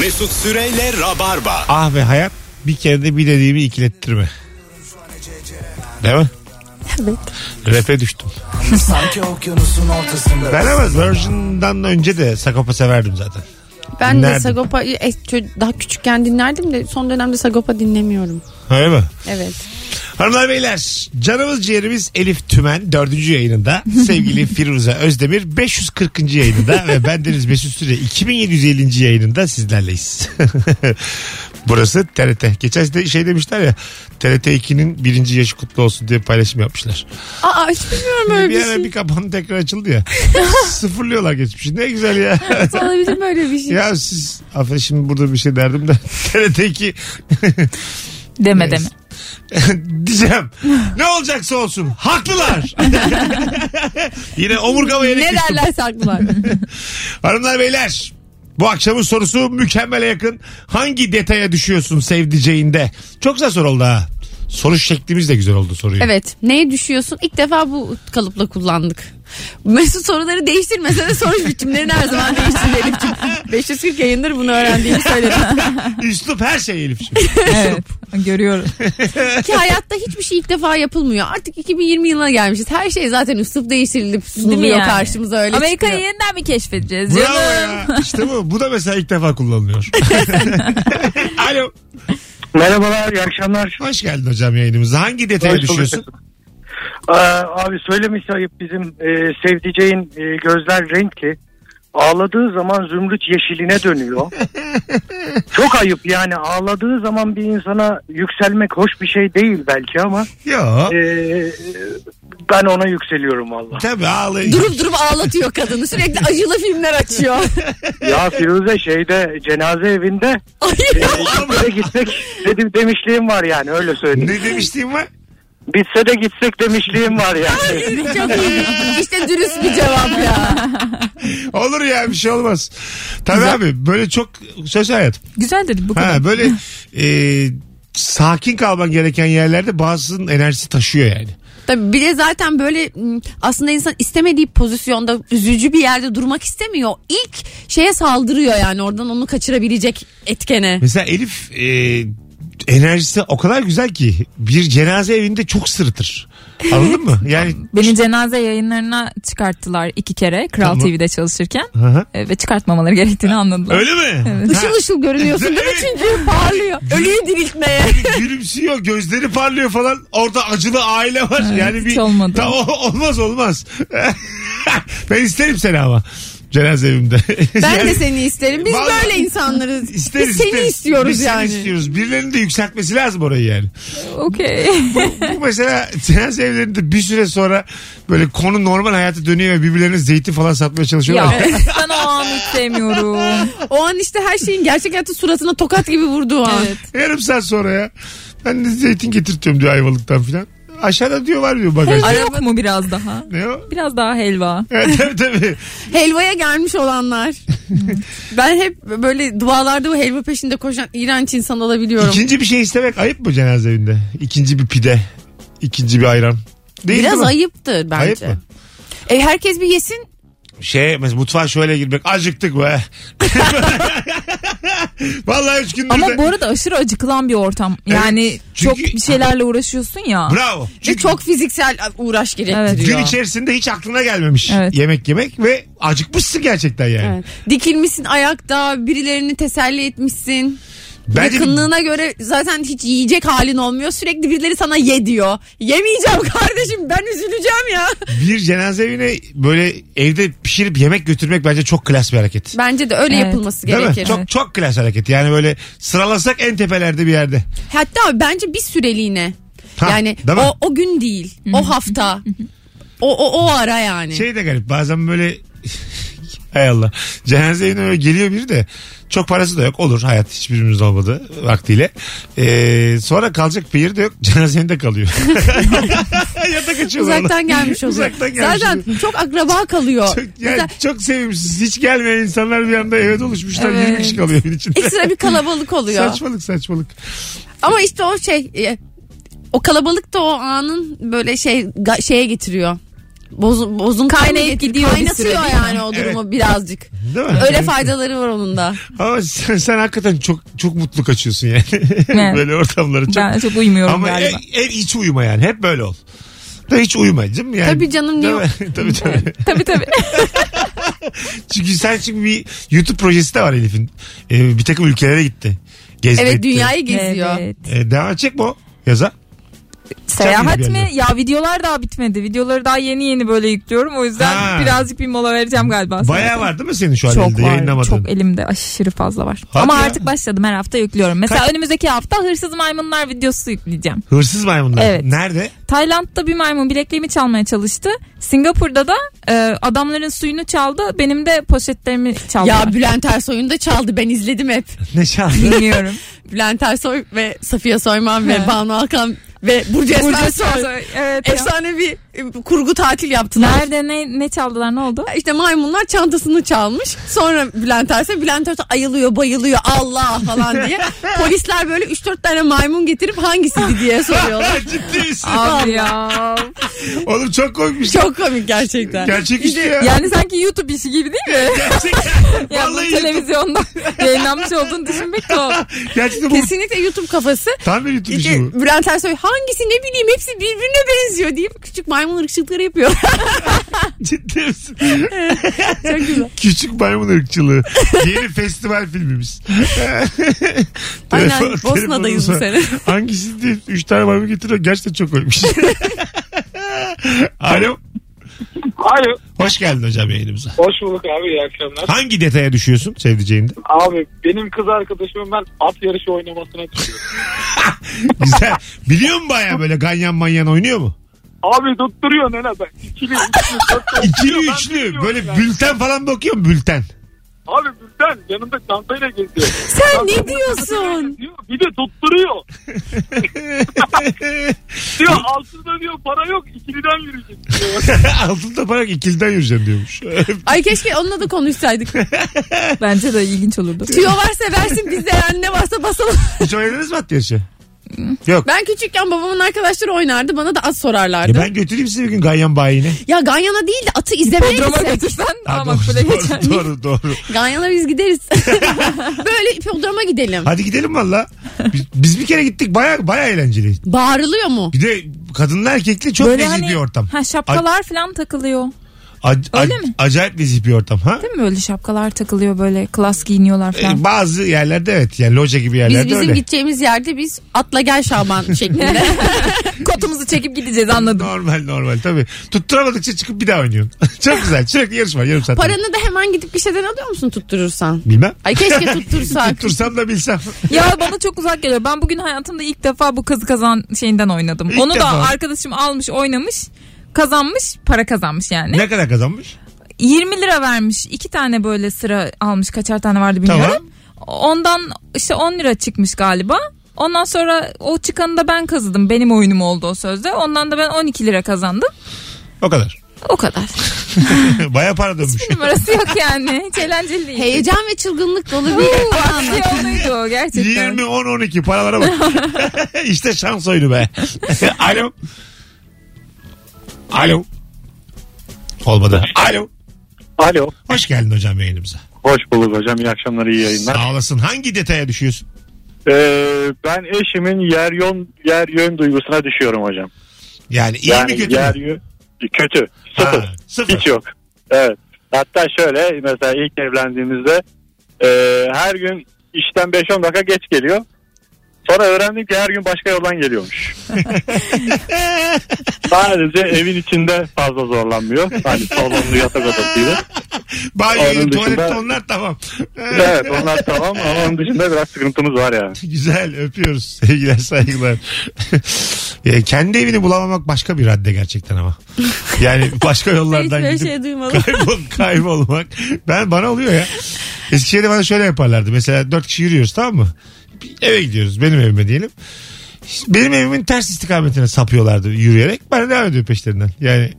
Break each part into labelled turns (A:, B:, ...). A: Mesut Süreyle Rabarba.
B: Ah ve hayat bir kere de bir dediğimi ikilettirme. Değil mi?
C: Evet.
B: Rap'e düştüm.
D: Sanki okyanusun ortasında.
B: Ben ama Virgin'dan önce de Sagopa severdim zaten.
C: Ben
B: Dinlerdim.
C: de Sagopa e, çö- daha küçükken dinlerdim de son dönemde Sagopa dinlemiyorum.
B: Öyle mi?
C: Evet.
B: Hanımlar beyler canımız ciğerimiz Elif Tümen dördüncü yayınında sevgili Firuze Özdemir 540. yayınında ve bendeniz Mesut Süre 2750. yayınında sizlerleyiz. Burası TRT. Geçen de şey demişler ya TRT 2'nin birinci yaşı kutlu olsun diye paylaşım yapmışlar.
C: Aa hiç bilmiyorum öyle
B: bir
C: bir
B: ara
C: şey.
B: bir kapandı tekrar açıldı ya. Sıfırlıyorlar geçmişi. Ne güzel ya.
C: Olabilir mi öyle bir şey?
B: ya siz affedin şimdi burada bir şey derdim de TRT 2
E: Deme deme.
B: diyeceğim. Ne olacaksa olsun. Haklılar. Yine omurgama yenik
C: ne
B: düştüm.
C: derlerse haklılar.
B: Hanımlar beyler. Bu akşamın sorusu mükemmele yakın. Hangi detaya düşüyorsun sevdiceğinde? Çok güzel soru oldu ha. Soru şeklimiz de güzel oldu soruyu.
C: evet. Neye düşüyorsun? İlk defa bu kalıpla kullandık. Mesut soruları değiştirmese de soru biçimlerini her zaman değiştir Elif'ciğim. 540 yayındır bunu öğrendiğimi söyledim.
B: Üslup her şey Elif'ciğim.
E: Evet. Görüyorum.
C: Ki hayatta hiçbir şey ilk defa yapılmıyor. Artık 2020 yılına gelmişiz. Her şey zaten üslup değiştirilip sunuluyor
E: yani?
C: karşımıza öyle
E: Amerika'yı
C: çıkıyor.
E: yeniden mi keşfedeceğiz?
B: Bravo
E: Canım.
B: ya. İşte bu. Bu da mesela ilk defa kullanılıyor. Alo.
F: Merhabalar, iyi akşamlar.
B: Hoş geldin hocam yayınımıza. Hangi detaya
F: Hoş bulduk.
B: düşüyorsun?
F: Ee, abi söylemesi ayıp bizim e, sevdiceğin e, gözler renkli. Ağladığı zaman zümrüt yeşiline dönüyor. Çok ayıp yani ağladığı zaman bir insana yükselmek hoş bir şey değil belki ama
B: Yok.
F: e, ben ona yükseliyorum valla.
B: Tabii ağlayın.
C: Durup durup ağlatıyor kadını. Sürekli acılı filmler açıyor.
F: Ya Firuze şeyde cenaze evinde
C: Ay.
F: bitse de gitsek dedim demişliğim var yani öyle söyleyeyim.
B: Ne demiştim var?
F: Bitse de gitsek demişliğim var yani.
C: Çok iyi. İşte dürüst bir cevap ya.
B: Olur ya bir şey olmaz. Tabii abi böyle çok söz hayatım.
E: Güzel dedim bu kadar.
B: Ha böyle e, sakin kalman gereken yerlerde bazısının enerjisi taşıyor yani.
C: Tabii bir de zaten böyle m, aslında insan istemediği pozisyonda üzücü bir yerde durmak istemiyor. İlk şeye saldırıyor yani oradan onu kaçırabilecek etkene.
B: Mesela Elif e, enerjisi o kadar güzel ki bir cenaze evinde çok sırıtır. Anladın mı? Yani
E: Beni cenaze yayınlarına çıkarttılar iki kere Kral
B: Tamam.
E: TV'de çalışırken
B: Hı hı.
E: E, ve çıkartmamaları gerektiğini anladılar.
B: öyle mi?
C: Işıl ışıl görünüyorsun değil mi?
B: Evet.
C: Çünkü parlıyor. Ölüyü diriltmeye.
B: Ha, Hani gülümsüyor, gözleri parlıyor falan. Orada acılı aile var. yani
E: hiç
B: bir
E: olmadı.
B: Ta- o- olmaz olmaz. ben isterim seni ama cenaze evimde.
C: Ben
B: Yani-
C: de seni isterim. Biz
B: Vallahi-
C: böyle insanlarız.
B: İsteriz,
C: Biz seni
B: isteriz.
C: istiyoruz
B: Biz
C: yani.
B: Seni istiyoruz. Birilerinin de yükseltmesi lazım orayı yani.
E: Okey.
B: Bu mesela seans evlerinde bir süre sonra böyle konu normal hayata dönüyor ve birbirlerine zeytin falan satmaya
E: ya
B: çalışıyorlar.
E: ben o an hiç sevmiyorum.
C: O an işte her şeyin gerçek hayatta suratına tokat gibi vurduğu an.
E: Evet.
B: Yarım saat sonra ya. Ben de zeytin getirtiyorum diyor ayvalıktan filan. Aşağıda diyor var diyor bagajda.
E: Ara yok mu biraz daha?
B: Ne o?
E: Biraz daha helva.
B: Evet, tabii tabii.
C: Helvaya gelmiş olanlar. ben hep böyle dualarda bu helva peşinde koşan iğrenç insan olabiliyorum.
B: İkinci bir şey istemek ayıp mı cenaze evinde? İkinci bir pide. ikinci bir ayran. Değil
C: Biraz
B: değil mi?
C: ayıptır bence.
B: Ayıp mı?
C: E, herkes bir yesin.
B: Şey mesela mutfağa şöyle girmek. Acıktık be. Vallahi üç gündür de-
E: Ama bu arada aşırı acıkılan bir ortam. Yani
B: Evet,
E: çok
B: çünkü-
E: bir şeylerle uğraşıyorsun ya.
B: Bravo.
C: Ve çok fiziksel uğraş gerektiriyor.
E: Evet.
B: Gün içerisinde hiç aklına gelmemiş
E: Evet.
B: yemek yemek ve acıkmışsın gerçekten yani.
C: Evet. Dikilmişsin ayakta, birilerini teselli etmişsin.
B: Bence
C: Yakınlığına göre zaten hiç yiyecek halin olmuyor. Sürekli birileri sana ye diyor. Yemeyeceğim kardeşim ben üzüleceğim ya.
B: bir cenaze evine böyle evde pişirip yemek götürmek bence çok klas bir hareket.
C: Bence de öyle
E: Evet.
C: yapılması
B: Değil mi?
C: gerekir.
B: Çok çok klas hareket. Yani böyle sıralasak en tepelerde bir yerde.
C: Hatta bence bir süreliğine.
B: Ha,
C: yani
B: değil mi?
C: o, o gün değil, o hafta, o, o, o ara yani.
B: Şey de garip bazen böyle Hay Allah. Cenaze evine öyle geliyor biri de çok parası da yok. Olur hayat hiçbirimiz olmadı vaktiyle. Ee, sonra kalacak bir yeri de yok. Cenaze evinde kalıyor. Yatak açıyorlar.
C: Uzaktan gelmiş oluyor.
B: Uzaktan gelmiş
C: Zaten çok akraba kalıyor.
B: Çok, yani
C: Mesela
B: çok sevimsiz. Hiç gelmeyen insanlar bir anda eve doluşmuşlar.
E: Evet.
B: 20 kişi kalıyor evin içinde.
C: ekstra bir kalabalık oluyor.
B: saçmalık saçmalık.
C: Ama işte o şey e, o kalabalık da o anın böyle şey ga- şeye getiriyor. Bozu, bozun kaynayıp
E: Kaynayıp gidiyor
C: gidiyor.
E: bir
C: Kaynatıyor
E: süre, değil mi?
C: yani o durumu birazcık.
B: Değil mi?
C: Öyle faydaları var onun da.
B: Ama sen, sen hakikaten çok çok mutlu kaçıyorsun yani.
E: Evet.
B: böyle ortamlara çok.
E: Ben çok uyumuyorum
B: Ama e,
E: galiba.
B: en, en hiç uyuma yani. Hep böyle ol. Da hiç uyuma değil mi? Yani,
C: Tabii canım, niye-
B: Değil mi? tabii tabii.
E: tabii tabii.
B: Çünkü sen şimdi bir YouTube projesi de var Elif'in. Ee, bir takım ülkelere gitti. Gezdi
C: Evet
B: etti.
C: dünyayı geziyor.
E: Evet.
B: Ee, devam edecek mi o? Yaza.
E: Seyahat
B: Sen
E: mi?
B: yeni
E: Ya videolar daha bitmedi. Videoları daha yeni yeni böyle yüklüyorum. O yüzden
B: Ha.
E: birazcık bir mola vereceğim galiba. sonra.
B: Bayağı var değil mi senin şu an
E: çok
B: elinde
E: var.
B: yayınlamadığın?
E: Çok elimde aşırı fazla var.
B: Hadi
E: Ama
B: ya.
E: artık başladım her hafta yüklüyorum. Mesela
B: Kaç-
E: önümüzdeki hafta hırsız maymunlar videosu yükleyeceğim.
B: Hırsız maymunlar.
E: Evet.
B: Nerede?
E: Tayland'da bir maymun bilekliğimi çalmaya çalıştı. Singapur'da da e, adamların suyunu çaldı. Benim de poşetlerimi çaldı.
C: Ya Bülent Ersoy'un da çaldı ben izledim hep.
B: Ne çaldı?
E: bilmiyorum.
C: Bülent Ersoy ve Safiye Soyman ve
E: He.
C: Banu Alkan ve Burcu
E: Burcu
C: Esmer Soy.
E: Soy, evet. ya.
C: Efsane bir e, kurgu tatil yaptılar.
E: Nerede ne, ne çaldılar ne oldu?
C: İşte maymunlar çantasını çalmış. Sonra Bülent Ersoy, Bülent Ersoy ayılıyor, bayılıyor Allah falan diye. Polisler böyle 3-4 tane maymun getirip hangisiydi diye soruyorlar.
B: Ciddi misin?
E: Abi ya.
B: Oğlum çok koymuş.
C: Çok komik gerçekten.
B: Gerçek işte ya.
E: Yani sanki YouTube işi gibi değil mi?
B: Gerçek.
E: Ya bu
B: Vallahi YouTube.
E: televizyonda yayınlanmış olduğunu düşünmek tuhaf.
B: Gerçekten bu
C: Kesinlikle YouTube kafası.
B: tam bir YouTube işi bu.
C: İşte Bülent Ersoy hangisi ne bileyim hepsi birbirine benziyor deyip küçük maymun ırkçılıkları yapıyor.
B: Ciddi misin?
C: Çok güzel.
B: Küçük maymun ırkçılığı. Yeni festival filmimiz.
C: Aynen,
B: Telefon-
C: Bosna'dayız
B: telefonumuza
C: bu sene.
B: Hangisi değil? Üç tane maymun getiriyor. Gerçekten çok ölmüş. Alo.
G: Alo.
B: Hoş geldin hocam yayınımıza.
G: Hoş bulduk abi iyi akşamlar.
B: Hangi detaya düşüyorsun sevdiceğinde?
G: Abi benim kız arkadaşımın ben at yarışı oynamasına tutuyorum.
B: Güzel. Biliyor mu baya böyle ganyan manyan oynuyor mu?
G: abi tutturuyor ne lan ben. İkili, üçlü, dörtlü.
B: İkili
G: Ben
B: üçlü.
G: bilmiyorum
B: Böyle
G: yani.
B: bülten falan bakıyor mu bülten?
G: Abi bizden yanında çantayla geziyor.
C: Sen ne diyorsun?
G: Diyor, bir de tutturuyor. Diyor altında diyor para yok ikiliden yürüyecek diyor.
B: Altında para yok, ikiliden yürüyeceğim diyormuş.
C: Ay keşke onunla da konuşsaydık.
E: Bence de ilginç olurdu.
C: Tüyo varsa versin bizde yani ne varsa basalım.
B: Hiç oynadınız mı at yarışı? Yok.
C: Ben küçükken babamın arkadaşları oynardı bana da az
B: Ya
C: sorarlardı.
B: E ben götüreyim sizi bir gün Ganyan Bayi'ne.
C: Ya Ganyan'a değil de atı izlemeye
E: Hipodroma
C: gitsek.
E: götürsen
B: Ha,
E: daha
B: doğru,
E: makbule geçer.
B: doğru, doğru, doğru.
C: Ganyan'a biz gideriz. Böyle hipodroma gidelim.
B: Hadi gidelim valla. Biz, biz bir kere gittik baya baya eğlenceli.
C: Bağırılıyor mu?
B: Bir de kadınla erkekli çok nezih bir ortam.
E: hani- Ha, şapkalar falan takılıyor.
B: Ac-
E: Öyle
B: ac-
E: mi?
B: Acayip nezih bir ortam. Ha?
E: Değil mi böyle şapkalar takılıyor böyle klas giyiniyorlar falan.
B: Ee, bazı yerlerde evet. Yani loca gibi
C: Biz
B: yerlerde
C: bizim
B: öyle.
C: gideceğimiz yerde biz atla gel Şaban şeklinde.
E: Kotumuzu çekip gideceğiz anladım.
B: Normal normal tabii. Tutturamadıkça çıkıp bir daha oynuyorsun. çok güzel. Sürekli yarış var yarım saat.
C: Paranı da hemen gidip gişeden alıyor musun tutturursan?
B: Bilmem.
C: Ay keşke tuttursak.
B: Tuttursam da bilsem.
E: ya bana çok uzak geliyor. Ben bugün hayatımda ilk defa bu kazı kazan şeyinden oynadım.
B: İlk
E: Onu
B: defa.
E: da arkadaşım almış oynamış kazanmış para kazanmış yani.
B: ne kadar kazanmış?
E: 20 lira vermiş. iki tane böyle sıra almış. Kaçar tane vardı bilmiyorum. Ondan işte 10 lira çıkmış galiba. Ondan sonra o çıkanı da ben kazıdım. Benim oyunum oldu o sözde. Ondan da ben 12 lira kazandım.
B: O kadar.
E: O kadar.
B: Baya para dönmüş.
E: Numarası yok yani. Hiç eğlenceli değil.
C: Heyecan ve çılgınlık dolu bir anı
E: Aksi
C: anlat.
E: oluydu o gerçekten.
B: 20, 10, 12 paralara bak. işte şans oyunu be. Alo. Alo. Olmadı. Alo.
G: Alo.
B: Hoş geldin hocam yayınımıza.
G: Hoş bulduk hocam iyi akşamlar iyi yayınlar.
B: Sağ olasın. Hangi detaya düşüyorsun?
G: Ee, ben eşimin yer yön, yer yön duygusuna düşüyorum hocam.
B: Yani iyi mi kötü
G: yer
B: mü?
G: yön- kötü.
B: Ha,
G: Sıfır.
B: sıfır.
G: Hiç yok. Evet. Hatta şöyle mesela ilk evlendiğimizde e, her gün işten 5-10 dakika geç geliyor. Sonra öğrendik ki her gün başka yoldan geliyormuş. Sadece evin içinde fazla zorlanmıyor. Hani salonlu yatak odasıyla.
B: Banyo,
G: Onun
B: tuvalette
G: dışında-
B: onlar tamam.
G: Evet onlar tamam ama onun dışında biraz sıkıntımız var yani.
B: Güzel öpüyoruz. Sevgiler saygılar. Ya kendi evini bulamamak başka bir radde gerçekten ama. Yani başka
C: Hiç
B: yollardan
C: böyle
B: gidip
C: şey duymadım.
B: kaybol, kaybolmak. Ben bana oluyor ya. Eskişehir'de bana şöyle yaparlardı. Mesela dört kişi yürüyoruz tamam mı? Bir Eve gidiyoruz benim evime diyelim. Benim evimin ters istikametine sapıyorlardı yürüyerek. Ben devam ediyorum peşlerinden. Yani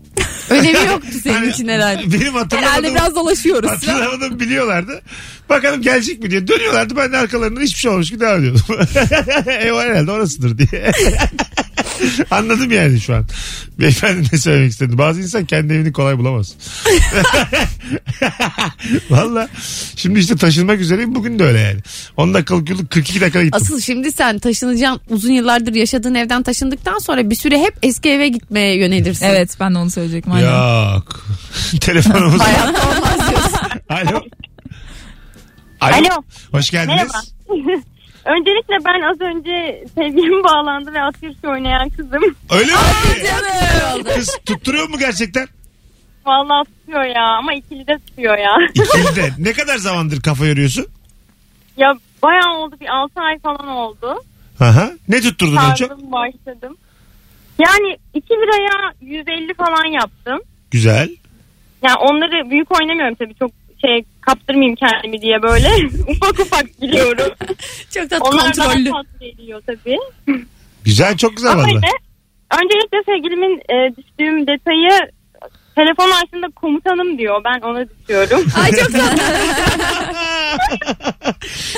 C: Önemi yoktu
E: Hani
C: senin için herhalde.
B: benim
E: Herhalde
B: hatırlamadığım,
E: biraz dolaşıyoruz.
B: hatırlamadığımı biliyorlardı. Bakalım gelecek mi diye. E, Dönüyorlardı ben de arkalarından hiçbir şey olmuş ki devam ediyordum. Ev herhalde orasıdır diye. Anladım yani şu an. Beyefendi ne söylemek istedi. Bazı insan kendi evini kolay bulamaz. Valla. Şimdi işte taşınmak üzereyim. Bugün de öyle yani. 10 dakikalık yolu 42 dakikada gittim.
C: Asıl şimdi sen taşınacağın uzun yıllardır yaşadığın evden taşındıktan sonra bir süre hep eski eve gitmeye yönelirsin.
E: Evet ben de onu söyleyecektim. aynen.
B: Yok. Telefonumuz var.
C: Hayatta olmaz diyorsun.
B: Alo.
H: Alo.
B: Hoş geldiniz.
H: Merhaba. Öncelikle ben az önce sevgilim bağlandı ve at yarışı oynayan kızım.
B: Öyle mi?
C: Güzel oldu.
B: Kız tutturuyor mu gerçekten?
H: Vallahi tutuyor ya ama ikili de tutuyor ya.
B: İkili de. Ne kadar zamandır kafa yoruyorsun?
H: ya bayağı oldu bir 6 ay falan oldu.
B: Aha. Ne tutturdun en çok?
H: Sardım başladım. Yani 2 liraya 150 falan yaptım.
B: Güzel.
H: Yani onları büyük oynamıyorum tabii çok şey kaptırmayayım kendimi diye böyle ufak ufak biliyorum.
C: Çok da
H: Onlar daha
C: kontrollü.
H: tatlı geliyor tabii.
B: Güzel çok güzel
H: Ama
B: valla.
H: işte, öncelikle sevgilimin e, düştüğüm detayı telefon açtığında komutanım diyor. Ben ona düşüyorum.
C: Ay çok tatlı.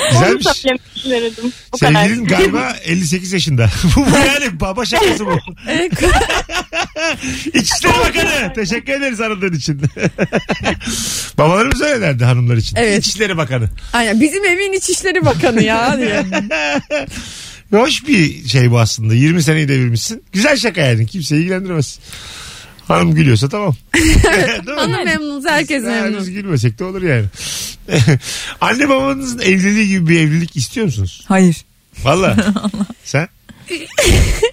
H: Onu
B: Güzelmiş.
H: söylemek için aradım. Bu
B: şey. Sevgilin
H: kadar.
B: galiba 58 yaşında. bu, bu yani baba şakası bu. İçişleri Bakanı. Teşekkür ederiz aradığın için. Babalarımız öyle derdi hanımlar için.
C: Evet.
B: İçişleri Bakanı.
C: Aynen bizim evin İçişleri Bakanı ya. diye.
B: Hoş bir şey bu aslında. 20 seneyi devirmişsin. Güzel şaka yani. Kimse ilgilendirmez. Hanım gülüyorsa tamam. Değil mi?
C: Hanım memnunuz herkes
B: Ha,
C: memnun.
B: Biz gülmesek de olur yani. Anne babanızın evliliği gibi bir evlilik istiyor musunuz?
E: Hayır.
B: Valla. Sen?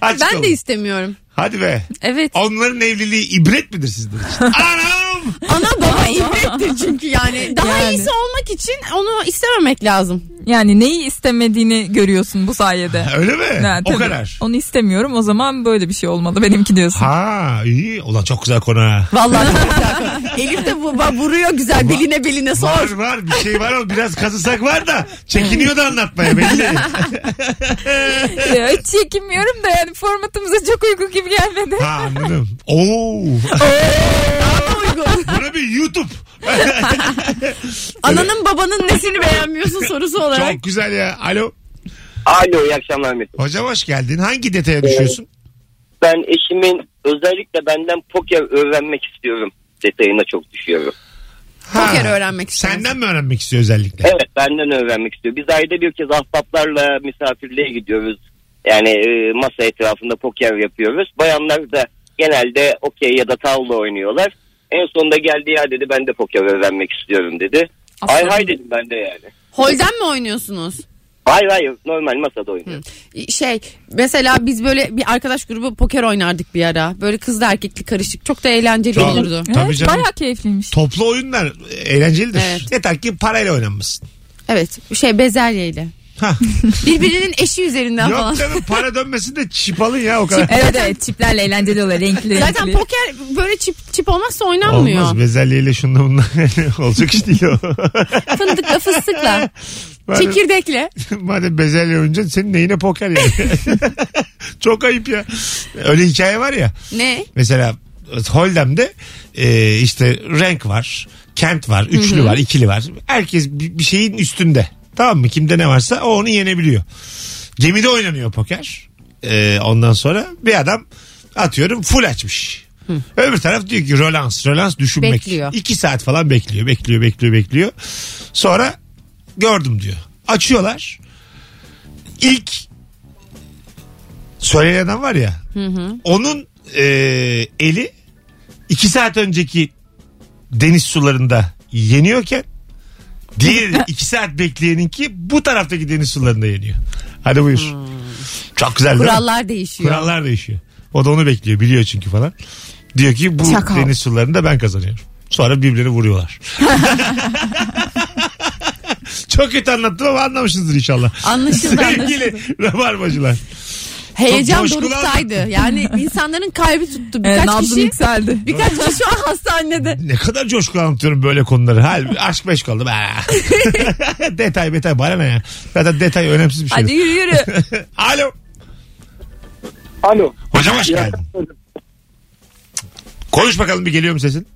B: Açık
C: Ben
B: olun.
C: de istemiyorum.
B: Hadi be.
C: Evet.
B: Onların evliliği ibret midir sizden? Anam!
C: Ana baba ibrettir çünkü yani. Daha
E: Yani.
C: iyisi olmak için onu istememek lazım.
E: Yani neyi istemediğini görüyorsun bu sayede.
B: Öyle mi?
E: Ha,
B: o
E: tabii.
B: kadar.
E: Onu istemiyorum o zaman böyle bir şey olmalı benimki diyorsun.
B: Ha iyi. Ulan çok güzel konu ha.
C: Vallahi çok güzel. Elif de bu, bu- vuruyor güzel beline beline
B: Var
C: sor.
B: var bir şey var ama biraz kazısak var da çekiniyor da anlatmaya belli.
E: Ya, Hiç çekinmiyorum da yani formatımıza çok uygun gibi gelmedi.
B: ha anladım. Oo.
C: Daha uygun.
B: Buna bir YouTube.
C: Ananın babanın nesini beğenmiyorsun sorusu olarak.
B: çok güzel ya. Alo.
I: Alo iyi akşamlar Mesut.
B: Hocam hoş geldin. Hangi detaya düşüyorsun?
I: Ben eşimin özellikle benden poker öğrenmek istiyorum detayına çok düşüyorum.
B: Ha.
C: Poker öğrenmek istiyorum.
B: Senden mi öğrenmek istiyor özellikle?
I: Evet benden öğrenmek istiyor. Biz ayda bir kez ahbaplarla misafirliğe gidiyoruz. Yani e, masa etrafında poker yapıyoruz. Bayanlar da genelde okey ya da tavla oynuyorlar. En sonunda geldi ya dedi ben de poker öğrenmek istiyorum dedi. Ay
E: Aferin.
I: hay dedim ben de yani.
C: Holden mi oynuyorsunuz?
I: Hayır hayır normal masada oynuyor.
C: Şey mesela biz böyle bir arkadaş grubu poker oynardık bir ara. Böyle kızla erkekli karışık. Çok da eğlenceli
B: Çok.
C: olurdu.
B: Tabii
E: evet,
B: canım.
E: Bayağı keyifliymiş.
B: Toplu oyunlar eğlencelidir.
C: Evet.
B: Yeter ki parayla oynanmasın.
C: Evet şey bezelyeyle.
B: Hah.
C: Birbirinin eşi üzerinden falan.
B: Yok canım para dönmesin de çip alın ya o kadar.
E: Evet evet çiplerle eğlenceli oluyor renkli
C: Zaten
E: renkli.
C: poker böyle çip, çip olmazsa oynanmıyor.
B: Olmaz bezelyeyle şunla bununla olacak iş değil o.
C: Fındıkla fıstıkla.
B: madem,
C: Çekirdekle.
B: madem bezelye oynayacaksın senin neyine poker yani. Çok ayıp ya. Öyle hikaye var ya.
C: Ne?
B: Mesela Holdem'de e, işte renk var, kent var, üçlü var, ikili var. Herkes bir bir şeyin üstünde. Tamam mı? Kimde ne varsa o onu yenebiliyor. Gemide oynanıyor poker. E, ondan sonra bir adam atıyorum full açmış. Öbür taraf diyor ki rolans, rolans düşünmek.
C: Bekliyor.
B: İki saat falan bekliyor, bekliyor, bekliyor, bekliyor. Sonra gördüm diyor. Açıyorlar. İlk söyleyen adam var ya. Onun e, eli iki saat önceki deniz sularında yeniyorken diğeri iki saat bekleyeninki bu taraftaki deniz sularında yeniyor. Hadi buyur. Çok güzel değil mi?
C: Hmm. Kurallar değişiyor.
B: Kurallar değişiyor. O da onu bekliyor biliyor çünkü falan. Diyor ki bu
E: Çakal.
B: deniz sularında ben kazanıyorum. Sonra birbirini vuruyorlar. Çok kötü anlattım ama anlamışsınızdır inşallah.
C: Anlaşıldı anlaşıldı.
B: Sevgili rabarbacılar.
C: Heyecan
B: Coşkulan-
C: doruktaydı. Yani insanların kalbi tuttu.
E: Evet,
C: Birkaç
E: nabzım
C: kişi
E: yükseldi.
C: birkaç kişi şu an hastanede.
B: Ne kadar coşkulu anlatıyorum böyle konuları. Hal aşk beş kaldı. Bah. detay detay bana ne ya. Zaten detay önemsiz bir
E: Hadi
B: şey.
E: yürü yürü.
B: Alo.
G: Alo.
B: Hocam hoş geldin. Konuş bakalım bir geliyor mu sesin?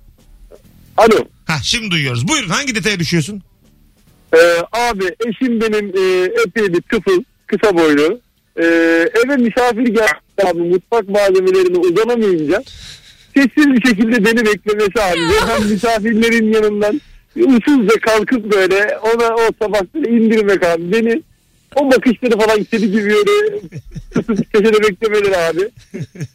G: Alo.
B: Ha şimdi duyuyoruz. Buyurun hangi detaya düşüyorsun?
G: Ee, abi eşim benim e, epey bir kıfıl, kısa boylu. Ee, eve misafir gel abi mutfak malzemelerine uzanamayınca sessiz bir şekilde beni beklemesi abi. Ve ben misafirlerin yanından ısızca kalkıp böyle ona o tabakları indirmek abi. Beni o bakışları falan istediği gibi böyle tutup köşede beklemeleri abi.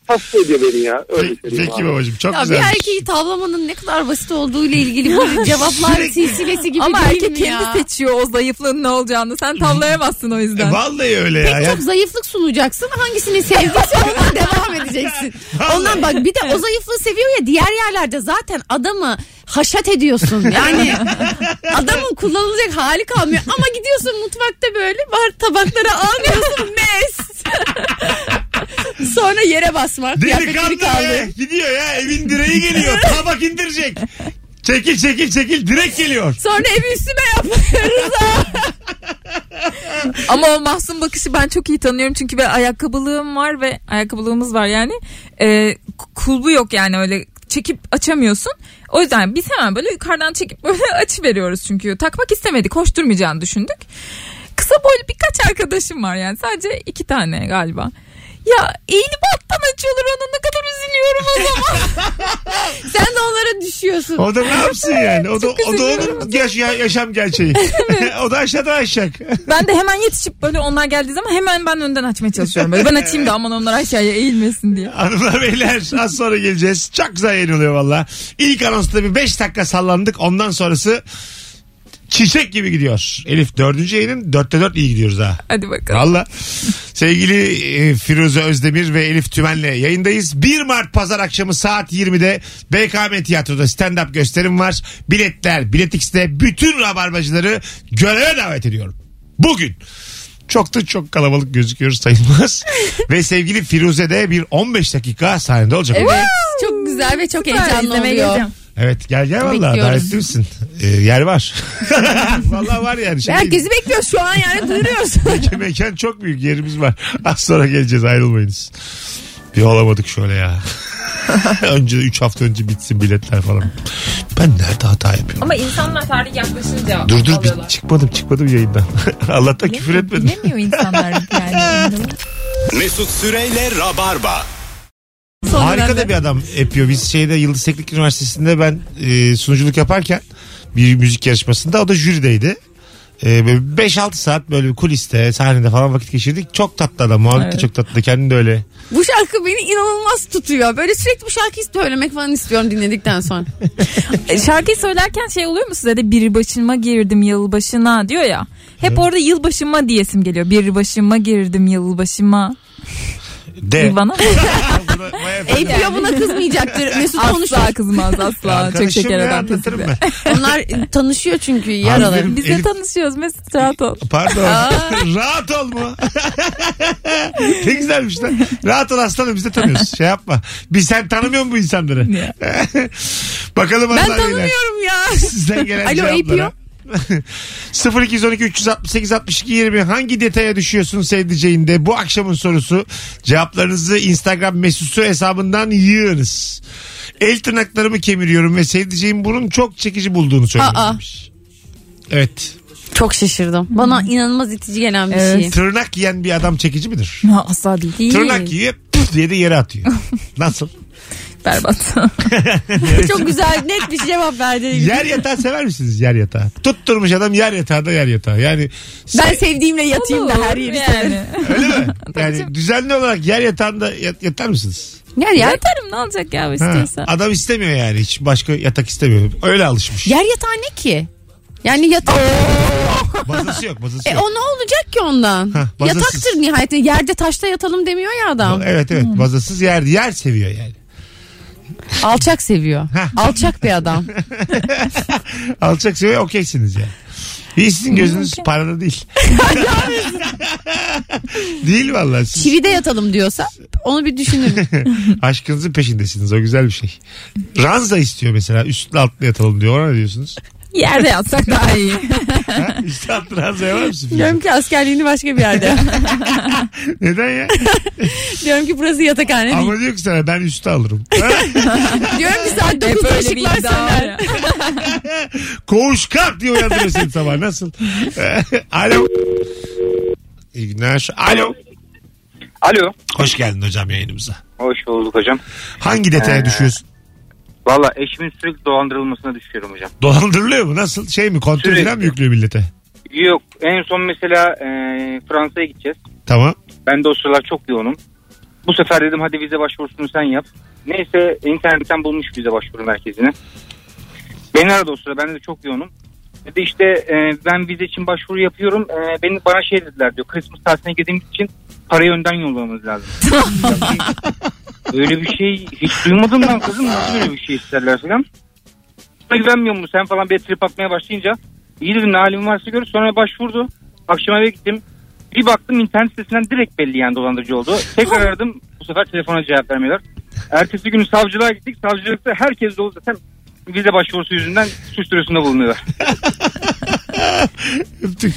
G: Hasta ediyor beni ya. Öyle söyleyeyim
B: Peki
G: abi.
B: babacığım çok
C: Ya bir
B: güzel.
C: erkeği tavlamanın ne kadar basit olduğu ile ilgili böyle cevaplar
B: Sürekli-
C: silsilesi gibi
E: Ama
C: değil
E: erkek
C: mi ya?
E: kendi seçiyor o zayıflığın ne olacağını. Sen tavlayamazsın o yüzden.
B: Vallahi öyle ya.
C: Pek
B: ya.
C: çok zayıflık sunacaksın. Hangisini sevdiyse ondan devam edeceksin.
B: Vallahi.
C: Ondan bak bir de o zayıflığı seviyor ya diğer yerlerde zaten adamı haşat ediyorsun. Yani adamın kullanılacak hali kalmıyor. Ama gidiyorsun mutfakta böyle var tabakları almıyorsun. Mes. Sonra yere basma.
B: Delikanlı
C: Kıyafetini kaldı.
B: be. Gidiyor ya evin direği geliyor. Tabak indirecek. Çekil çekil çekil direkt geliyor.
C: Sonra evi üstüme yapıyoruz.
E: Ama o mahzun bakışı ben çok iyi tanıyorum. Çünkü bir ayakkabılığım var ve ayakkabılığımız var yani. Ee, kulbu yok yani öyle çekip açamıyorsun. O yüzden biz hemen böyle yukarıdan çekip böyle açı veriyoruz çünkü takmak istemedik. Hoş durmayacağını düşündük. Kısa boylu birkaç arkadaşım var yani sadece iki tane galiba. Ya eğilip alttan açıyorlar onu ne kadar üzülüyorum o zaman.
C: Sen de onlara düşüyorsun.
B: O da ne yapsın yani? O da, o da onun yaş- ya- yaşam gerçeği. o da aşağıdan aşağı.
E: ben de hemen yetişip böyle onlar geldiği zaman hemen ben önden açmaya çalışıyorum. Böyle ben açayım da aman onlar aşağıya eğilmesin diye.
B: Hanımlar beyler az sonra geleceğiz. Çok güzel yayın oluyor valla. İlk anonsta bir 5 dakika sallandık. Ondan sonrası çiçek gibi gidiyor. Elif dördüncü yayının dörtte dört iyi gidiyoruz ha.
E: Hadi bakalım.
B: Valla. Sevgili e, Firuze Özdemir ve Elif Tümen'le yayındayız. 1 Mart pazar akşamı saat 20'de BKM Tiyatro'da stand-up gösterim var. Biletler Bilet X'de bütün rabarbacıları göreve davet ediyorum. Bugün. Çok da çok kalabalık gözüküyoruz sayılmaz. ve sevgili Firuze de bir 15 dakika sahnede olacak.
C: Evet. Çok güzel ve çok heyecanlı
E: İzlemeye
C: oluyor.
E: geleceğim.
B: Evet, gel gel valla
C: Bekliyoruz.
B: davetli misin? Ee, yer var. valla var yani. Şey değil.
C: Herkesi bekliyoruz şu an yani duyuruyoruz.
B: Çünkü mekan çok büyük yerimiz var. Az sonra geleceğiz ayrılmayınız. Bir olamadık şöyle ya. önce 3 hafta önce bitsin biletler falan. Ben nerede hata yapıyorum?
E: Ama insanlar tarih yaklaşınca
B: dur dur
E: alıyorlar.
B: bir, çıkmadım çıkmadım yayından. Allah'tan küfür etmedim.
E: Bilemiyor insanlar yani.
A: Mesut Süreyle Rabarba.
C: Sonra
B: Harika
C: ben de-
B: da bir adam yapıyor. Biz şeyde Yıldız Teknik Üniversitesi'nde ben e, sunuculuk yaparken bir müzik yarışmasında o da jürideydi. E, böyle 5-6 saat böyle kuliste sahnede falan vakit geçirdik. Çok tatlı adam. Muhabbet de
E: Evet.
B: çok tatlı. Kendini de öyle
C: Bu şarkı beni inanılmaz tutuyor. Böyle sürekli bu şarkıyı söylemek falan istiyorum dinledikten sonra.
E: E, Şarkıyı söylerken şey oluyor mu size de bir başıma girdim yılbaşına diyor ya. Hep orada yılbaşıma diyesim geliyor. Bir başıma girdim yılbaşıma.
B: de.
E: Bir Bana
B: Buna- baya-
C: APO buna kızmayacaktır. Mesut konuşur.
E: asla kızmaz asla. Çok
B: Arkadaşım
E: şeker
B: ya,
E: adam
B: anlatırım
E: size.
B: ben.
C: Onlar tanışıyor çünkü yaralı.
B: Harbi.
E: Biz de
B: Elif-
E: tanışıyoruz Mesut rahat ol.
B: Pardon. Rahat ol mu? ne güzelmiş lan. Rahat ol aslanım biz de tanıyoruz. Şey yapma. Biz sen tanımıyor musun bu insanları? Bakalım
C: Ben
B: hanımlar, beyler.
C: tanımıyorum ya.
B: Sizden gelen
C: Alo,
B: cevaplara. 0212 368 62 20 hangi detaya düşüyorsun sevdiceğinde bu akşamın sorusu cevaplarınızı Instagram mesutu hesabından yığınız. El tırnaklarımı kemiriyorum ve sevdiceğim bunun çok çekici bulduğunu
C: Aa.
B: söylemiş. Evet.
C: Çok şaşırdım. Bana inanılmaz itici gelen bir
E: Evet.
C: şey.
B: Tırnak yiyen bir adam çekici midir?
E: Ha, asla değil. değil.
B: Tırnak yiyor püf diye de yere atıyor. Nasıl?
E: Berbat.
C: Çok güzel net bir cevap verdi.
B: Yer yatağı sever misiniz yer yatağı? Tutturmuş adam yer yatağında yer yatağı. Yani
C: Ben sevdiğimle yatayım da her yeri.
E: yani.
B: öyle mi? yani düzenli olarak yer yatağında yat- yatar mısınız?
C: Yer yer.
E: Yatarım ne olacak ya
B: Ha,
E: istiyorsa.
B: Adam istemiyor yani. Hiç başka yatak istemiyor. Öyle alışmış.
C: Yer yatağı ne ki? Yani yatak.
B: Bazası yok bazası
C: E
B: yok.
C: o ne olacak ki ondan?
B: Hah, bazasız.
C: Yataktır nihayetinde. Yerde taşta yatalım demiyor ya adam. Hmm.
B: Evet evet bazasız yer yer seviyor yani.
C: Alçak seviyor. Alçak bir adam.
B: Alçak seviye okeysiniz yani. İyi sizin gözünüz parada değil. değil vallahi. Siz
C: Çivide yatalım diyorsa onu bir düşünürüm.
B: Aşkınızın peşindesiniz. O güzel bir şey. Ranza istiyor mesela. Üstlü altlı yatalım diyor. Ona ne diyorsunuz?
E: Yerde yatsak daha iyi.
B: Ha? Üstlü altlı ranza var mısın?
C: Diyorum ki askerliğini başka bir yerde.
B: Neden ya?
C: Diyorum ki burası yatakhane değil.
B: Ama diyor ki sana ben üstü alırım.
C: Diyorum ki saat
E: Hep
C: 9'da
E: öyle bir
C: ışıklar
E: iddia var
C: söner.
E: ya.
B: Koğuş kalk diye uyandırıyor seni sabah. Nasıl? Alo. İyi günler. Alo.
J: Alo.
B: Hoş geldin hocam yayınımıza.
J: Hoş bulduk hocam.
B: Hangi detaya
J: Ee,
B: düşüyorsun?
J: Valla eşimin sürekli dolandırılmasına düşüyorum hocam.
B: Dolandırılıyor mu? Nasıl şey mi? Kontrol
J: Sürekli.
B: falan mı yüklüyor millete?
J: Yok en son mesela e, Fransa'ya gideceğiz.
B: Tamam.
J: Ben de o sıralar çok yoğunum. Bu sefer dedim hadi vize başvurusunu sen yap. Neyse internetten bulmuş vize başvuru merkezini. Beni aradı o sıra ben de çok yoğunum. Dedi işte e, ben vize için başvuru yapıyorum. E, beni bana şey dediler diyor. Christmas tatiline girdiğimiz için parayı önden yollamanız lazım. Öyle bir şey hiç duymadım ben kızım. Nasıl böyle bir şey isterler falan. Buna güvenmiyor musun sen falan bir trip atmaya başlayınca. İyi dedim ne halim varsa gör. Sonra başvurdu. Akşam eve gittim. Bir baktım internet sitesinden direkt belli yani dolandırıcı oldu. Tekrar aradım. Bu sefer telefona cevap vermiyorlar. Ertesi günü savcılığa gittik. Savcılıkta herkes dolu zaten vize başvurusu yüzünden suç duyurusunda bulunuyorlar.
B: Öptük.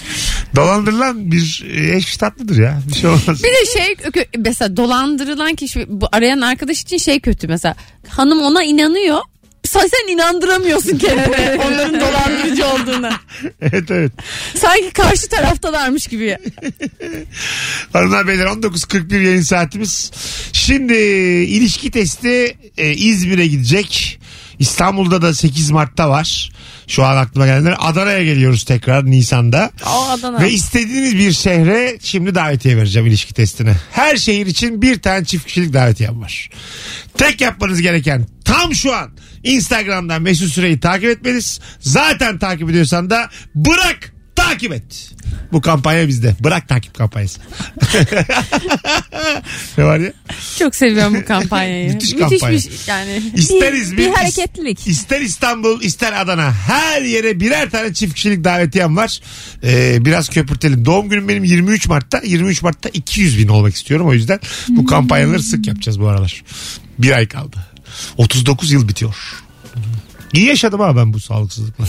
B: Dolandırılan bir e, eş tatlıdır ya. Bir şey olmaz.
C: Bir de şey kö- mesela dolandırılan kişi bu arayan arkadaş için şey kötü mesela hanım ona inanıyor. Sen, sen inandıramıyorsun kendini onların dolandırıcı olduğuna.
B: evet evet.
C: Sanki karşı taraftalarmış gibi.
B: Hanımlar beyler 19.41 yayın saatimiz. Şimdi ilişki testi e, İzmir'e gidecek. İstanbul'da da 8 Mart'ta var. Şu an aklıma gelenler. Adana'ya geliyoruz tekrar Nisan'da.
C: Aa, Adana.
B: Ve istediğiniz bir şehre şimdi davetiye vereceğim ilişki testine. Her şehir için bir tane çift kişilik davetiyem var. Tek yapmanız gereken tam şu an Instagram'dan Mesut Süreyi takip etmeniz. Zaten takip ediyorsan da bırak takip et. Bu kampanya bizde. Bırak takip kampanyası. ne var ya?
C: Çok seviyorum bu kampanyayı.
B: Müthiş kampanya.
C: bir- yani.
B: İster
E: Bir-
B: İzmir,
E: bir
B: is-
E: hareketlilik.
B: ister İstanbul, ister Adana. Her yere birer tane çift kişilik davetiyem var. Ee, biraz köpürtelim. Doğum günüm benim 23 Mart'ta. 23 Mart'ta 200 bin olmak istiyorum. O yüzden bu kampanyaları sık yapacağız bu aralar. Bir ay kaldı. 39 yıl bitiyor. İyi yaşadım ha ben bu sağlıksızlıkla.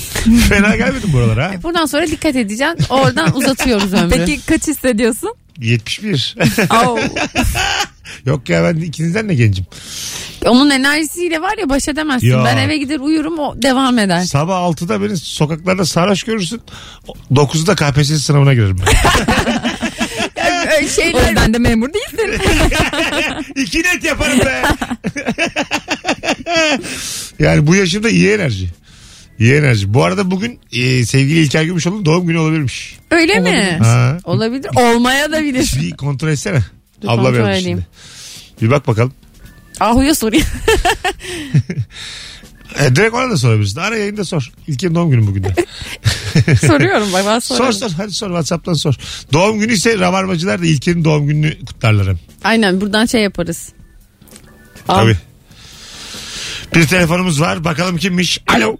B: Fena gelmedim buralara ha.
C: Buradan sonra dikkat edeceğim. Oradan uzatıyoruz ömrü.
E: Peki kaç hissediyorsun?
B: 71.
E: Oo.
B: Yok ya ben ikinizden de gencim.
C: Onun enerjisiyle var ya baş edemezsin.
B: Ya.
C: Ben eve gider uyurum o devam eder.
B: Sabah 6'da beni sokaklarda sarhoş görürsün. 9'da KPSS sınavına girerim ben.
C: Öyle
E: O
C: şeyler
E: yüzden de memur değilsin.
B: İki net yaparım be. yani bu yaşımda iyi enerji. İyi enerji. Bu arada bugün e, sevgili İlker Gümüşoğlu'nun doğum günü olabilirmiş.
C: öyle mi?
B: Ha.
C: Olabilir. Olmaya da bilir.
B: Bir kontrol etsene.
C: Dur,
B: Abla
C: kontrol
B: vermiş
C: edeyim.
B: şimdi. Bir bak bakalım.
C: Ahu'ya sorayım.
B: E, direkt ona da sorabilirsin. Ara yayında sor. İlker'in doğum günü bugün de.
C: Soruyorum bak bana
B: sor
C: sorarım.
B: sor. Hadi sor. Whatsapp'tan sor. Doğum günü ise Rabarbacılar da İlker'in doğum gününü kutlarlar hem.
C: Aynen buradan şey yaparız. Al.
B: Tabii. Bir telefonumuz var. Bakalım kimmiş. Alo.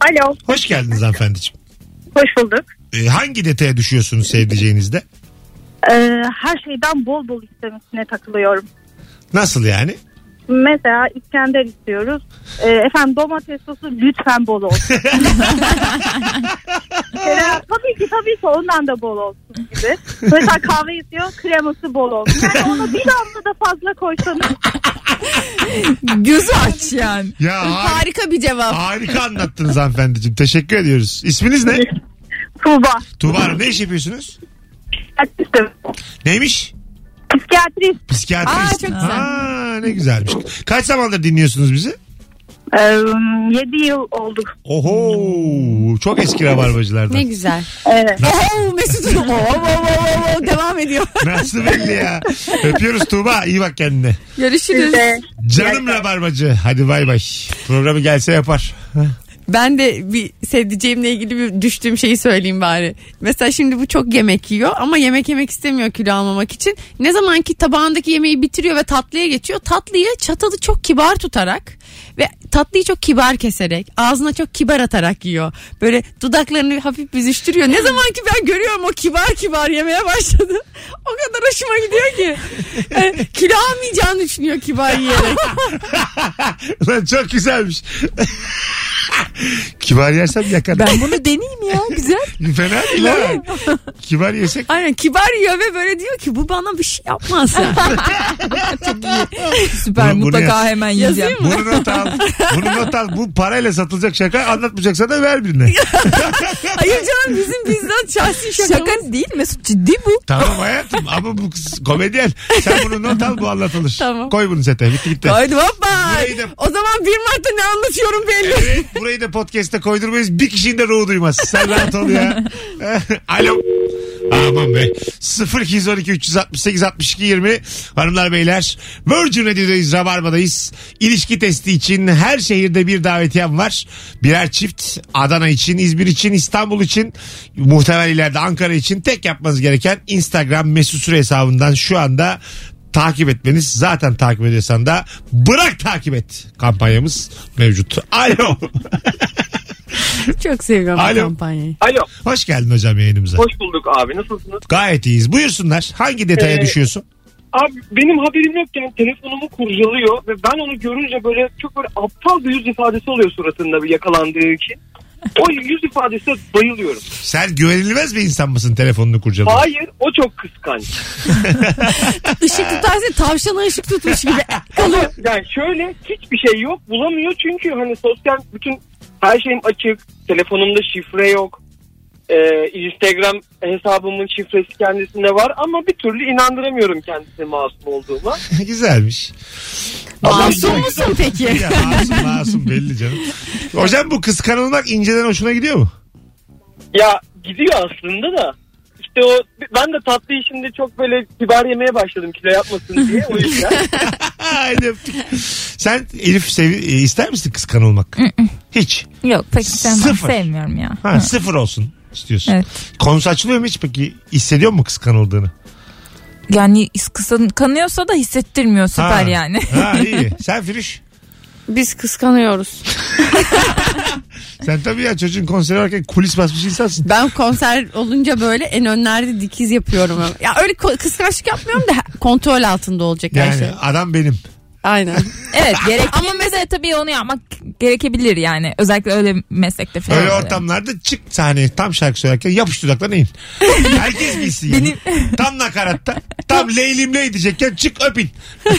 H: Alo,
B: Hoş geldiniz hanımefendiciğim.
H: hoş bulduk.
B: E, hangi detaya düşüyorsunuz sevdiceğinizde?
H: Ee, her şeyden bol bol istemesine takılıyorum.
B: Nasıl yani?
H: Mesela İskender istiyoruz. Ee, efendim domates sosu lütfen bol olsun. Ee, tabii ki tabii ki ondan da bol olsun gibi. Mesela kahve istiyor kreması bol olsun. Yani onu bir damla da fazla koysanız.
E: Gözü aç yani.
B: Ya har-
C: Harika bir cevap.
B: harika anlattınız hanımefendiciğim. Teşekkür ediyoruz. İsminiz ne?
H: Tuğba.
B: Tuğba Hanım. ne iş yapıyorsunuz?
H: psikiyatristim.
B: Neymiş?
H: Psikiyatrist.
B: Psikiyatrist.
E: Aa, çok güzel.
B: Aa, ne güzelmiş. Kaç zamandır dinliyorsunuz bizi?
H: Ee, 7 yıl olduk.
B: Oho çok eski rabarbacılardan.
C: Ne güzel.
H: Evet.
C: Oho Mesut. Oho, oho, oho, oho, devam ediyor.
B: Nasıl belli ya. Öpüyoruz Tuğba iyi bak kendine.
E: Görüşürüz.
B: Canım rabarbacı hadi bay bay. Programı gelse yapar.
C: Ben de bir sevdiceğimle ilgili bir düştüğüm şeyi söyleyeyim bari. Mesela şimdi bu çok yemek yiyor ama yemek yemek istemiyor kilo almamak için. Ne zaman ki tabağındaki yemeği bitiriyor ve tatlıya geçiyor. Tatlıyı çatalı çok kibar tutarak ve tatlıyı çok kibar keserek ağzına çok kibar atarak yiyor. Böyle dudaklarını hafif büzüştürüyor. Ne zaman ki ben görüyorum o kibar kibar yemeye başladı. O kadar hoşuma gidiyor ki. Yani kilo almayacağını düşünüyor kibar yiyerek.
B: Lan çok güzelmiş. Kibar yersem yakar.
E: Ben bunu deneyeyim ya güzel.
B: Fena değil ha. Kibar yesek
C: Aynen kibar yiyor ve böyle diyor ki bu bana bir şey yapmaz.
B: Bunu-
E: Süper
B: bunu
E: mutlaka
B: yaz.
E: hemen yiyeceğim.
B: Bunu not al. Bunu not al. Bu parayla satılacak şaka anlatmayacaksa da ver birine.
C: Hayır canım bizim bizden şahsi şakamız.
E: Şaka değil Mesut ciddi bu.
B: tamam hayatım ama bu kız komedyen. Sen bunu not al bu anlatılır.
C: Tamam.
B: Koy bunu sete. Bitti gitti.
C: Haydi hoppa.
B: Burayı da-
C: O zaman 1 Mart'ta ne anlatıyorum belli.
B: Evet, burayı da podcast'te koydurmayız. Bir kişinin de ruhu duymaz. Sen rahat ol ya. Alo. Aman be. 0212 368 62 20 hanımlar beyler Virgin Radio'dayız Rabarba'dayız İlişki testi için her şehirde bir davetiyem var birer çift Adana için İzmir için İstanbul için muhtemelen ileride Ankara için tek yapmanız gereken Instagram mesut süre hesabından şu anda takip etmeniz zaten takip ediyorsan da bırak takip et kampanyamız mevcut. Alo.
C: Çok seviyorum
B: Alo.
C: kampanyayı.
K: Alo.
B: Hoş geldin hocam yayınımıza.
K: Hoş bulduk abi. Nasılsınız?
B: Gayet iyiyiz. Buyursunlar. Hangi detaya
K: Ee,
B: düşüyorsun?
K: Abi benim haberim yokken telefonumu kurcalıyor ve ben onu görünce böyle çok böyle aptal bir yüz ifadesi oluyor suratında bir yakalandığı için. O yüz ifadesine bayılıyorum.
B: Sen güvenilmez bir insan mısın telefonunu kurcalıyor?
K: Hayır o çok kıskanç.
C: Işık
B: Ee.
C: tutarsa tavşana ışık tutmuş gibi
K: Ama
C: kalıyor.
K: yani şöyle hiçbir şey yok bulamıyor çünkü hani sosyal bütün her şeyim açık. Telefonumda şifre yok. Ee, Instagram hesabımın şifresi kendisinde var ama bir türlü inandıramıyorum kendisine masum olduğuma.
B: Güzelmiş.
C: Masum musun peki?
B: Ya, masum masum belli canım. Hocam bu kıskanılmak inceden hoşuna gidiyor mu?
K: Ya gidiyor aslında da. İşte o ben de tatlı işimde çok böyle kibar yemeye başladım kilo yapmasın diye o yüzden.
B: Haydi öptük. Sen Elif sev- e, ister misin kıskanılmak? Hiç.
E: Yok pek sevmem.
B: Sıfır.
E: Sevmiyorum ya.
B: Ha,
E: Hı.
B: Sıfır olsun istiyorsun.
E: Evet.
B: Konusu açılıyor mu hiç peki? Hissediyor mu kıskanıldığını?
E: Yani kısa- kanıyorsa da hissettirmiyor süper
B: Ha.
E: yani.
B: Ha iyi. Sen Firuş.
C: Biz kıskanıyoruz.
B: Sen tabii ya çocuğun konseri varken kulis basmış insansın.
C: Ben konser olunca böyle en önlerde dikiz yapıyorum. Ya öyle ko- kıskançlık yapmıyorum da kontrol altında olacak her
B: Yani
C: şey.
B: adam benim.
C: Aynen.
E: evet gerek ama mesela tabii onu yapmak gerekebilir yani. Özellikle öyle meslekte falan.
B: Öyle ortamlarda çık sahneye tam şarkı söylerken yapış dudaklarına in. Herkes bilsin yani. Tam nakaratta. Tam leylim ley diyecekken çık öpin.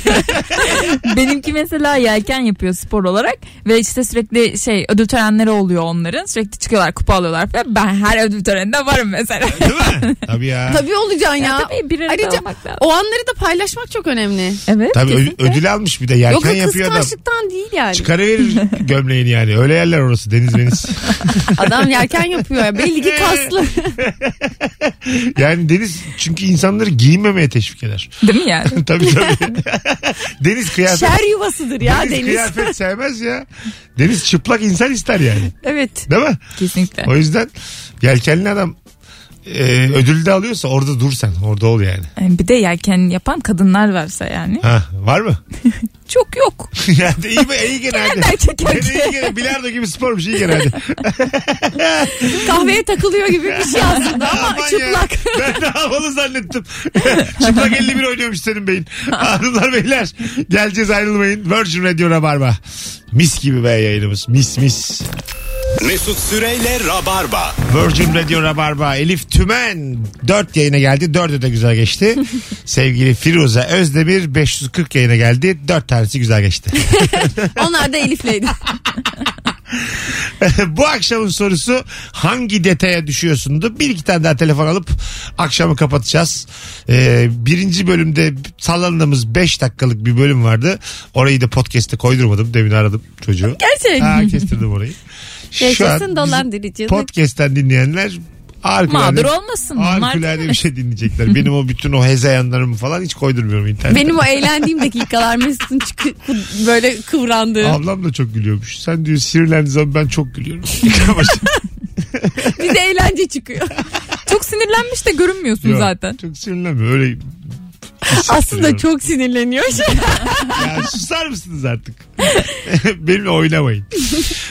E: Benimki mesela yelken yapıyor spor olarak ve işte sürekli şey ödül törenleri oluyor onların. Sürekli çıkıyorlar kupa alıyorlar falan. Ben her ödül töreninde varım mesela.
B: Değil mi? Tabii ya. Tabii,
C: Tabii olacaksın ya.
E: tabii bir arada
C: Ayrıca
E: olmak lazım.
C: o anları da paylaşmak çok önemli.
E: Evet.
B: ö-
E: kesinlikle.
B: ödül almış bir de yelken
C: Yok yok,
B: yapıyor adam.
C: kıskançlıktan değil yani.
B: Çıkarıverir gömleğini yani. Öyle yerler orası deniz deniz.
C: Adam yerken yapıyor ya. Belli ki kaslı.
B: Yani deniz çünkü insanları giyinmemeye teşvik eder.
E: Değil mi yani?
B: tabii tabii. deniz kıyafet.
C: Şer yuvasıdır ya
B: deniz,
C: Deniz.
B: kıyafet sevmez ya. Deniz çıplak insan ister yani.
C: Evet.
B: Değil mi?
E: Kesinlikle.
B: O yüzden yelkenli adam e, ödülü de alıyorsa orada dur sen. Orada ol yani.
E: Yani bir de yelken yapan kadınlar varsa yani.
B: Ha, var mı?
E: Çok yok.
B: yani iyi mi? İyi gene hadi.
E: erkek
B: Yani
E: erkeğe.
B: iyi gene. Bilardo gibi spormuş iyi gene hadi.
C: Kahveye takılıyor gibi bir şey aslında ama
B: Aman ya.
C: çıplak.
B: Ben de havalı zannettim. çıplak 51 oynuyormuş senin beyin. Hanımlar beyler geleceğiz ayrılmayın. Virgin Radio Rabarba. Mis gibi be yayınımız. Mis mis.
A: Mesut Süreyle Rabarba.
B: Virgin Radio Rabarba Elif Tümen 4 yayına geldi. 4'ü de güzel geçti. Sevgili Firuze Özdemir 540 yayına geldi. 4 tanesi güzel geçti.
C: Onlar da Elif'leydi.
B: Bu akşamın sorusu hangi detaya düşüyorsundu? Bir iki tane daha telefon alıp akşamı kapatacağız. Ee, birinci bölümde sallandığımız 5 dakikalık bir bölüm vardı. Orayı da podcast'te koydurmadım. Demin aradım çocuğu.
C: Gerçek.
B: Ha, kestirdim orayı. Şu an
C: Yaşasın
B: bizim
C: dolandırıcılık.
B: Podcast'ten dinleyenler harikulade,
E: Mağdur olmasın. Bunlar
B: harikulade
E: değil
B: bir
E: mi?
B: şey dinleyecekler. Benim o bütün o hezeyanlarımı falan hiç koydurmuyorum internete.
C: Benim o eğlendiğim dakikalar Mesut'un çıkı- ku- böyle kıvrandığı.
B: Ablam da çok gülüyormuş. Sen diyor sinirlendiğin zaman ben çok gülüyorum.
C: Bize eğlence çıkıyor.
E: Çok sinirlenmiş de görünmüyorsun
B: Yok,
E: zaten.
B: Çok sinirlenmiyor. Öyle
C: Aslında çok sinirleniyor.
B: Ya susar mısınız artık? Benimle oynamayın.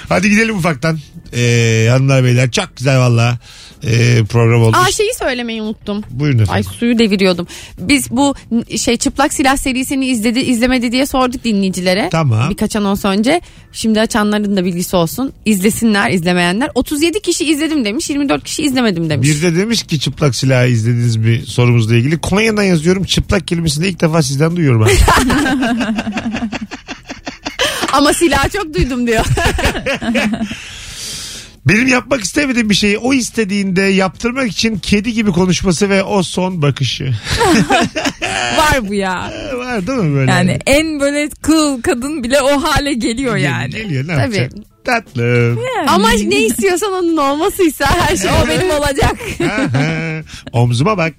B: Hadi gidelim ufaktan. Ee, hanımlar beyler çok güzel valla ee, program oldu.
C: Aa şeyi söylemeyi unuttum.
B: Buyurun
C: Ay
B: efendim.
C: suyu deviriyordum. Biz bu n- şey çıplak silah serisini izledi izlemedi diye sorduk dinleyicilere.
B: Tamam.
C: Birkaç anons önce. Şimdi açanların da bilgisi olsun. İzlesinler izlemeyenler. 37 kişi izledim demiş 24 kişi izlemedim demiş.
B: Bir de demiş ki çıplak silahı izlediniz mi sorumuzla ilgili. Konya'dan yazıyorum çıplak kelimesini ilk defa sizden duyuyorum. ben.
C: Ama silah çok duydum diyor.
B: Benim yapmak istemediğim bir şeyi o istediğinde yaptırmak için kedi gibi konuşması ve o son bakışı.
E: Var bu ya.
B: Var değil mi böyle?
E: Yani en böyle kıl kadın bile o hale geliyor
B: Gel-
E: yani.
B: Geliyor ne
C: Tabii.
B: yapacaksın? Tatlım.
C: Ama ne istiyorsan onun olmasıysa her şey o benim olacak.
B: Aha, Omzuma bak.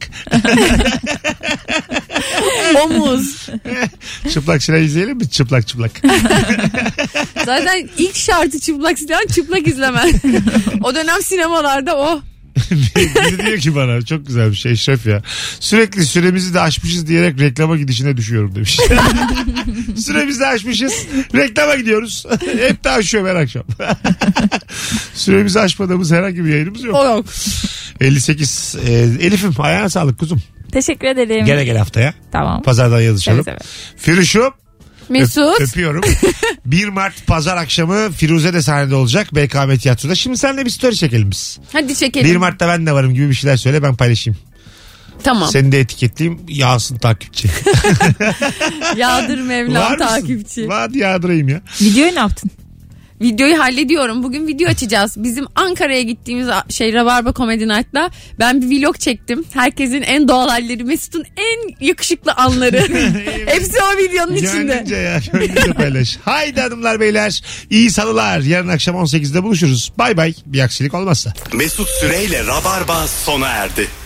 C: Omuz.
B: Çıplak silah izleyelim mi? Çıplak çıplak.
C: Zaten ilk şartı çıplak silah çıplak izlemen. o dönem sinemalarda o.
B: Biri diyor ki bana çok güzel bir şey Eşref ya. Sürekli süremizi de aşmışız diyerek reklama gidişine düşüyorum demiş. süremizi de aşmışız. Reklama gidiyoruz. Hep de aşıyorum her akşam. süremizi aşmadığımız herhangi bir yayınımız yok.
C: O yok.
B: 58. e, Elif'im ayağına sağlık kuzum.
E: Teşekkür ederim.
B: Gele gel haftaya.
E: Tamam.
B: Pazardan yazışalım.
E: Seve seve.
B: Firuş'um
C: Mesut.
B: Öp- öpüyorum. 1 Mart pazar akşamı Firuze de sahnede olacak BKM Tiyatro'da. Şimdi seninle bir story çekelim biz.
C: Hadi
B: 1
C: çekelim.
B: Mart'ta ben de varım gibi bir şeyler söyle ben paylaşayım.
C: Tamam.
B: Seni de etiketleyeyim yağsın takipçi.
C: Yağdır Mevlam
B: mısın?
C: takipçi.
B: Var yağdırayım ya.
E: Videoyu ne yaptın?
C: Videoyu hallediyorum. Bugün video açacağız. Bizim Ankara'ya gittiğimiz a- şey Rabarba Comedy Night'la ben bir vlog çektim. Herkesin en doğal halleri, Mesut'un en yakışıklı anları. Hepsi o videonun içinde.
B: Gönlünce ya gönlünce paylaş. Haydi hanımlar beyler iyi salılar. Yarın akşam 18'de buluşuruz. Bay bay bir aksilik olmazsa.
A: Mesut Süreyle Rabarba sona erdi.